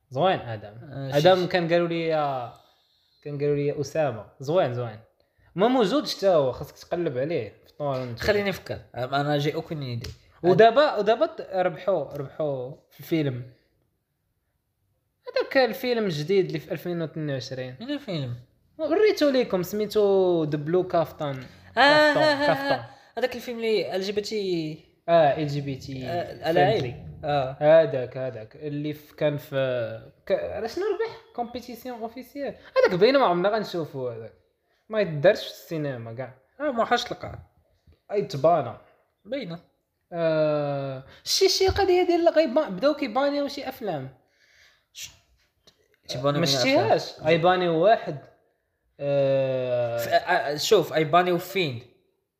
[SPEAKER 1] زوين ادم
[SPEAKER 2] آه، شي-
[SPEAKER 1] ادم كان قالوا لي كان قالوا لي اسامه زوين زوين ما موجودش حتى هو خاصك تقلب عليه في طورنتو
[SPEAKER 2] خليني نفكر انا جاي اوكن ايدي
[SPEAKER 1] ودابا ودابا ربحوا ربحوا في الفيلم هذاك الفيلم الجديد اللي في 2022
[SPEAKER 2] من الفيلم
[SPEAKER 1] وريتو ليكم سميتو ذا بلو كافتان
[SPEAKER 2] آه، آه،
[SPEAKER 1] كافتان
[SPEAKER 2] آه،
[SPEAKER 1] كافتان
[SPEAKER 2] آه. هذاك الفيلم اللي ال جي بي تي
[SPEAKER 1] اه ال جي بي تي
[SPEAKER 2] آه، الاعيب اه
[SPEAKER 1] هذاك هذاك اللي في- كان في ك... راه شنو ربح كومبيتيسيون اوفيسيال هذاك باينه ما عمرنا غنشوفو هذاك ما يدارش في السينما كاع
[SPEAKER 2] اه ما حاش تلقى
[SPEAKER 1] يتبانا
[SPEAKER 2] باينه
[SPEAKER 1] آه... شي شي قضيه ديال اللي غيبان بداو كيبانيو شي افلام
[SPEAKER 2] تيبانيو
[SPEAKER 1] ما
[SPEAKER 2] من
[SPEAKER 1] شفتيهاش غيبانيو واحد
[SPEAKER 2] الأفلام. ف-
[SPEAKER 1] آه...
[SPEAKER 2] آه، شوف ايبانيو فين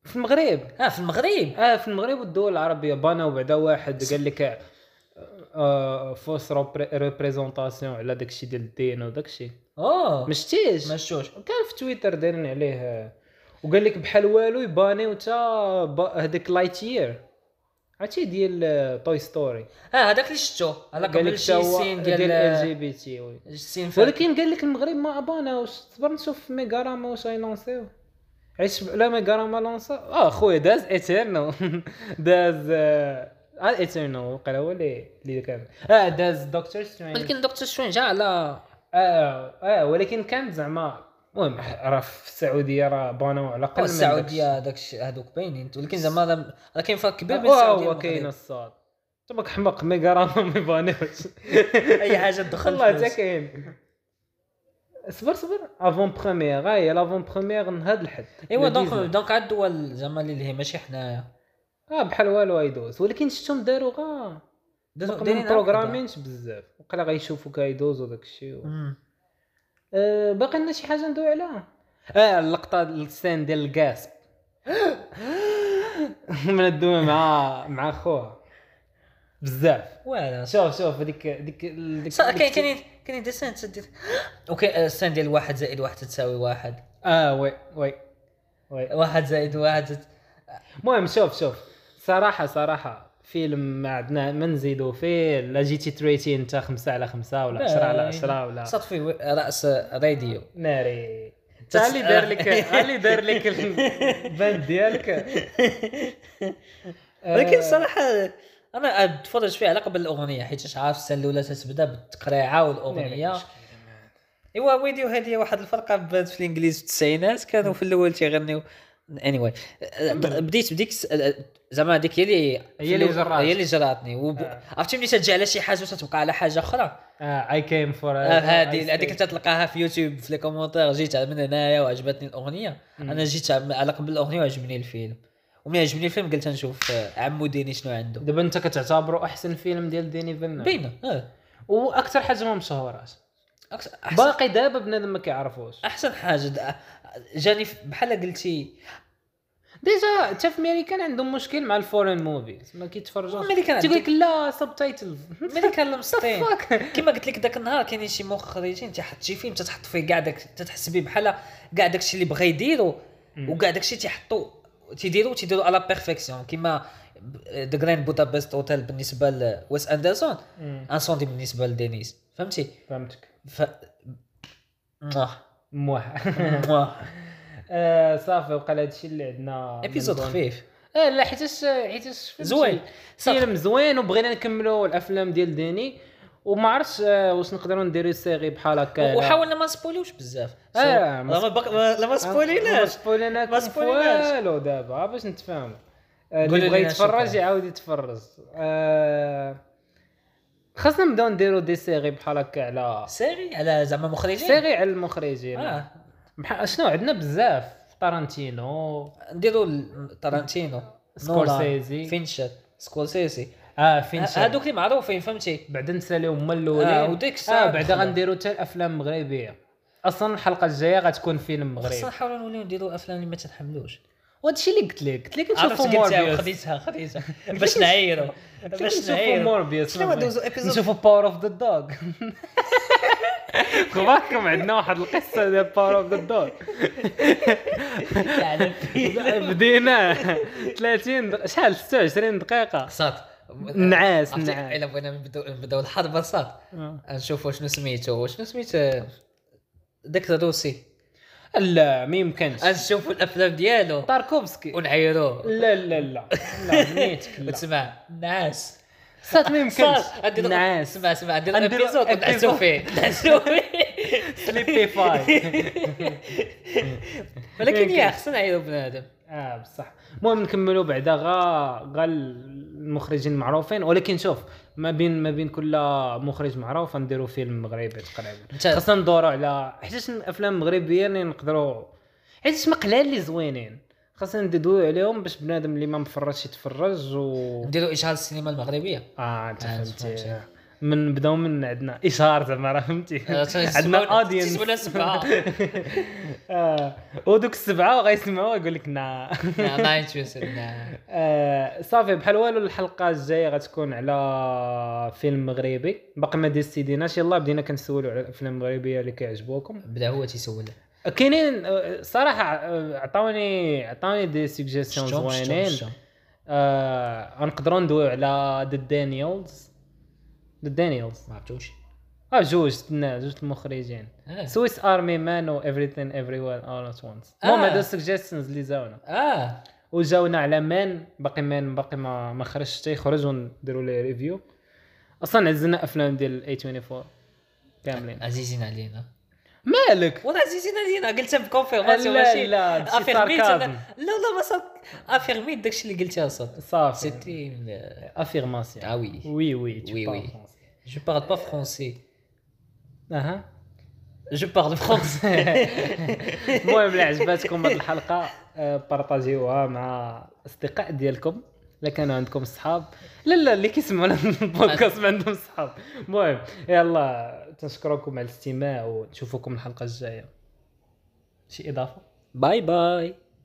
[SPEAKER 1] في المغرب
[SPEAKER 2] اه في المغرب
[SPEAKER 1] اه في المغرب والدول العربيه بانوا بعدا واحد قال لك آه فوس ريبريزونطاسيون على داك الشيء ديال الدين وداك الشيء
[SPEAKER 2] اوه
[SPEAKER 1] ما شتيش
[SPEAKER 2] ما شفتوش
[SPEAKER 1] كان في تويتر دايرين عليه آه، وقال لك بحال والو يبانيو تا با- هذاك لايت يير عرفتي ديال توي ستوري
[SPEAKER 2] اه هذاك اللي شفتو هلا
[SPEAKER 1] قال لك
[SPEAKER 2] قبل
[SPEAKER 1] تا
[SPEAKER 2] شي
[SPEAKER 1] هو
[SPEAKER 2] سين
[SPEAKER 1] ديال ال جي
[SPEAKER 2] ديال آه،
[SPEAKER 1] بي تي وي.
[SPEAKER 2] السين فهد.
[SPEAKER 1] ولكن قال لك المغرب ما اباناوش صبر نشوف في ميغاراما واش غيلونسيو عيش لا ميغاراما لونسا اه خويا داز ايترنو داز آه ايترنو وقيلا هو اللي اللي كان اه داز دكتور سترينج
[SPEAKER 2] ولكن دكتور شوينج على
[SPEAKER 1] اه اه ولكن كان زعما المهم راه في السعوديه راه بانوا على الاقل من داكشي.
[SPEAKER 2] السعوديه هذاك الشيء هذوك باينين ولكن زعما راه- راه كاين فرق كبير بين
[SPEAKER 1] آه،
[SPEAKER 2] السعوديه
[SPEAKER 1] هو كاين
[SPEAKER 2] والمغرب
[SPEAKER 1] الصاد تبقى حمق ميغاراما ما يبانوش
[SPEAKER 2] اي حاجه تدخل
[SPEAKER 1] والله
[SPEAKER 2] والله
[SPEAKER 1] حتى كاين صبر صبر آه، افون بروميير ها هي لافون بروميير نهاد الحد
[SPEAKER 2] ايوا
[SPEAKER 1] لا
[SPEAKER 2] دونك
[SPEAKER 1] ديزني.
[SPEAKER 2] دونك عاد الدول زعما اللي هي ماشي حنايا
[SPEAKER 1] اه بحال والو يدوز ولكن شفتهم داروا غا
[SPEAKER 2] دازو-
[SPEAKER 1] ما
[SPEAKER 2] دايرين على
[SPEAKER 1] بروغرامينش بزاف وقلا غيشوفوا كيدوز وداك الشيء
[SPEAKER 2] بعضها. أمم.
[SPEAKER 1] آه باقي لنا شي حاجه ندوي عليها اه اللقطه السين ديال الكاسب من الدومه مع مع خوها بزاف
[SPEAKER 2] ولا
[SPEAKER 1] شوف شوف هذيك ديك ديك
[SPEAKER 2] صح، كاين كاين كاين دي سين تسدي اوكي السين ديال واحد زائد واحد تساوي واحد
[SPEAKER 1] اه وي وي وي
[SPEAKER 2] واحد زائد واحد تت-
[SPEAKER 1] المهم شوف شوف صراحه صراحه فيلم ما عندنا ما نزيدو فيه لا جيتي تريتي انت خمسة على خمسة ولا
[SPEAKER 2] باين.
[SPEAKER 1] 10 على 10 ولا
[SPEAKER 2] صطفي و- راس راديو
[SPEAKER 1] ناري تا اللي دار لك تا اللي دار لك البند ديالك
[SPEAKER 2] ولكن الصراحه انا اتفرج فيه على قبل الاغنيه حيت عارف السنه الاولى تتبدا بالتقريعه والاغنيه ايوا ويديو هذه واحد الفرقه بانت في الانجليز في التسعينات كانوا في الاول تيغنيو اني anyway. آه، بديت بديك الس- آه، زعما هذيك هي اللي
[SPEAKER 1] هي اللي جرات.
[SPEAKER 2] هي اللي جراتني وب...
[SPEAKER 1] آه.
[SPEAKER 2] عرفتي ملي تجي على شي حاجه وتتبقى على حاجه اخرى
[SPEAKER 1] اي كيم فور
[SPEAKER 2] آه، هذه هذيك انت تلقاها في يوتيوب في لي كومونتير جيت على من هنايا وعجبتني الاغنيه انا جيت عم- على قبل الاغنيه وعجبني الفيلم ومن عجبني الفيلم قلت نشوف آه، عمو ديني شنو عنده
[SPEAKER 1] دابا انت كتعتبره احسن فيلم ديال ديني فيلنا
[SPEAKER 2] باينه اه
[SPEAKER 1] واكثر حاجه ما مشهورات
[SPEAKER 2] أكس- أحسن-
[SPEAKER 1] باقي دابا بنادم ما كيعرفوش
[SPEAKER 2] احسن حاجه د- جاني ف- بحال قلتي
[SPEAKER 1] ديجا حتى في امريكان عندهم مشكل مع الفورين موفيز ما كيتفرجوش
[SPEAKER 2] أمريكان
[SPEAKER 1] تيقول لك لا سب تايتلز
[SPEAKER 2] ملي كان المسطين
[SPEAKER 1] فاك
[SPEAKER 2] كما قلت لك ذاك النهار كاينين شي مخرجين تيحط شي فيلم تتحط فيه كاع داك تتحس به بحال كاع داك الشيء اللي بغا يديرو
[SPEAKER 1] مم.
[SPEAKER 2] وكاع داك الشيء تيحطو تيديرو تيديرو على آه، بيرفيكسيون كما ذا جراند بودابست اوتيل بالنسبه لويس اندرسون
[SPEAKER 1] أه،
[SPEAKER 2] انسوندي بالنسبه لدينيس فهمتي
[SPEAKER 1] فهمتك
[SPEAKER 2] ف مواه
[SPEAKER 1] موح
[SPEAKER 2] مواه
[SPEAKER 1] آه، صافي وقال هادشي اللي عندنا
[SPEAKER 2] ابيزود
[SPEAKER 1] من بون-
[SPEAKER 2] خفيف
[SPEAKER 1] اه لا حيتاش حيتاش فهمتي،
[SPEAKER 2] زوين صافي.
[SPEAKER 1] فيلم زوين وبغينا نكملوا الافلام ديال ديني وما عرفتش آه، واش نقدروا نديروا سيري بحال هكا
[SPEAKER 2] وحاولنا ما نسبوليوش بزاف
[SPEAKER 1] آه،
[SPEAKER 2] لا
[SPEAKER 1] ما آه.
[SPEAKER 2] ما بق... ما- لا ما
[SPEAKER 1] ما
[SPEAKER 2] سبوليناش
[SPEAKER 1] سبوليناش
[SPEAKER 2] ما
[SPEAKER 1] ما
[SPEAKER 2] سبوليناش.
[SPEAKER 1] والو دابا باش نتفاهموا آه،
[SPEAKER 2] قولوا
[SPEAKER 1] اللي بغى
[SPEAKER 2] لينا
[SPEAKER 1] يتفرج
[SPEAKER 2] شكراً.
[SPEAKER 1] يعاود يتفرج آه، خاصنا نبداو نديروا دي سيري بحال هكا على
[SPEAKER 2] سيري على زعما مخرجين
[SPEAKER 1] سيري على المخرجين
[SPEAKER 2] اه
[SPEAKER 1] بحال- شنو عندنا بزاف طارنتينو
[SPEAKER 2] نديرو ال- تارانتينو
[SPEAKER 1] سكورسيزي.
[SPEAKER 2] نولان، فينشر سكورسيزي
[SPEAKER 1] اه فين
[SPEAKER 2] ه- هادوك اللي معروفين فهمتي
[SPEAKER 1] بعدا نساليو هما الاولين
[SPEAKER 2] آه، وديك الساعة
[SPEAKER 1] آه بعدا
[SPEAKER 2] دخلوا.
[SPEAKER 1] غنديروا حتى الافلام مغربيه اصلا الحلقه الجايه غتكون فيلم
[SPEAKER 2] خصنا
[SPEAKER 1] مغربي
[SPEAKER 2] نحاولوا نوليو نديرو افلام اللي ما تتحملوش
[SPEAKER 1] وهادشي اللي قلت لك قلت لك
[SPEAKER 2] عرفت
[SPEAKER 1] نشوفوا
[SPEAKER 2] قلتها
[SPEAKER 1] موربيوس
[SPEAKER 2] خديتها خديتها باش نعيرو
[SPEAKER 1] قلت لك
[SPEAKER 2] باش
[SPEAKER 1] نشوفوا
[SPEAKER 2] نعيرو
[SPEAKER 1] موربيوس
[SPEAKER 2] شنو ندوزو episode؟
[SPEAKER 1] نشوفوا باور اوف ذا دوغ خباركم عندنا واحد القصه ديال باور اوف ذا دوغ
[SPEAKER 2] يعني
[SPEAKER 1] بدينا 30 دق- شحال 26 دقيقه
[SPEAKER 2] صات
[SPEAKER 1] نعاس،
[SPEAKER 2] عرفتي،
[SPEAKER 1] نعاس.
[SPEAKER 2] الا بغينا نبداو نبداو الحرب صات
[SPEAKER 1] آه.
[SPEAKER 2] نشوفوا شنو سميتو شنو سميت آه، داك الروسي
[SPEAKER 1] لا ما يمكنش
[SPEAKER 2] نشوفوا الافلام ديالو
[SPEAKER 1] طيب. تاركوفسكي
[SPEAKER 2] ونعيروه
[SPEAKER 1] لا لا لا لا منيتك لا
[SPEAKER 2] وتسمع نعاس
[SPEAKER 1] صات ما يمكنش
[SPEAKER 2] صار، عندنا-
[SPEAKER 1] نعاس
[SPEAKER 2] اسمع اسمع عندنا
[SPEAKER 1] نديرو
[SPEAKER 2] ابيزود ونعسو
[SPEAKER 1] episode.
[SPEAKER 2] فيه نعسو فيه
[SPEAKER 1] سليبي فاي
[SPEAKER 2] ولكن يا
[SPEAKER 1] يمكن.
[SPEAKER 2] خصنا نعيرو بنادم
[SPEAKER 1] اه بصح المهم نكملوا بعدا غا غا المخرجين المعروفين ولكن شوف ما بين ما بين كل مخرج معروف نديروا فيلم مغربي
[SPEAKER 2] انت-
[SPEAKER 1] تقريبا خاصنا ندوروا على حيت الافلام المغربيه اللي نقدروا حيت ما قلال اللي زوينين خاصنا ندوي عليهم باش بنادم اللي ما مفرجش يتفرج و
[SPEAKER 2] نديرو اشهار السينما المغربيه
[SPEAKER 1] اه انت
[SPEAKER 2] آه،
[SPEAKER 1] فهمتي
[SPEAKER 2] فهمت.
[SPEAKER 1] من بداو من عندنا اشهار زعما راه فهمتي عندنا اودينس
[SPEAKER 2] ولا سبعه
[SPEAKER 1] آه ودوك السبعه غيسمعوا يقول لك نا
[SPEAKER 2] لا، ما انتريستد لا.
[SPEAKER 1] آه صافي بحال والو الحلقه الجايه غتكون على فيلم مغربي باقي ما ديسيديناش يلا بدينا كنسولوا على الافلام المغربيه اللي كيعجبوكم
[SPEAKER 2] بدا هو تيسول
[SPEAKER 1] كاينين آه، صراحه آه، عطاوني عطاوني دي سوجيسيون
[SPEAKER 2] شتوم، شتوم،
[SPEAKER 1] زوينين
[SPEAKER 2] شتوم.
[SPEAKER 1] آه نقدروا ندويو على ذا دانيالز ذا دانيالز
[SPEAKER 2] ما عرفتوش
[SPEAKER 1] اه جوج تنا جوج المخرجين
[SPEAKER 2] آه.
[SPEAKER 1] سويس ارمي مان و everything everywhere all at once المهم
[SPEAKER 2] آه.
[SPEAKER 1] هادو السجيستشنز اللي زاونا
[SPEAKER 2] اه
[SPEAKER 1] وجاونا على مان باقي مان باقي ما ما خرجش حتى يخرج ونديروا ليه ريفيو اصلا عزلنا افلام ديال اي 24 كاملين
[SPEAKER 2] عزيزين علينا
[SPEAKER 1] مالك
[SPEAKER 2] والله عزيزين علينا قلتها بكونفيرماسيون
[SPEAKER 1] لا
[SPEAKER 2] ماشي
[SPEAKER 1] لا هادشي
[SPEAKER 2] افيرميت
[SPEAKER 1] ساركازم
[SPEAKER 2] أنا- لا لا ما صدق افيرميت داكشي اللي قلتيها صدق
[SPEAKER 1] صافي
[SPEAKER 2] سيتي
[SPEAKER 1] افيرماسيون
[SPEAKER 2] اه وي
[SPEAKER 1] وي وي tu
[SPEAKER 2] Oui,
[SPEAKER 1] parles
[SPEAKER 2] oui.
[SPEAKER 1] français.
[SPEAKER 2] جو بارل با فرونسي
[SPEAKER 1] اها
[SPEAKER 2] جو بارل فرونسي
[SPEAKER 1] المهم الا عجبتكم هذه الحلقه آه، بارطاجيوها مع الاصدقاء ديالكم الا كانوا عندكم صحاب لا لا اللي كيسمعوا لنا البودكاست ما عندهم صحاب المهم يلا تنشكركم على الاستماع ونشوفكم الحلقه الجايه شي اضافه
[SPEAKER 2] باي باي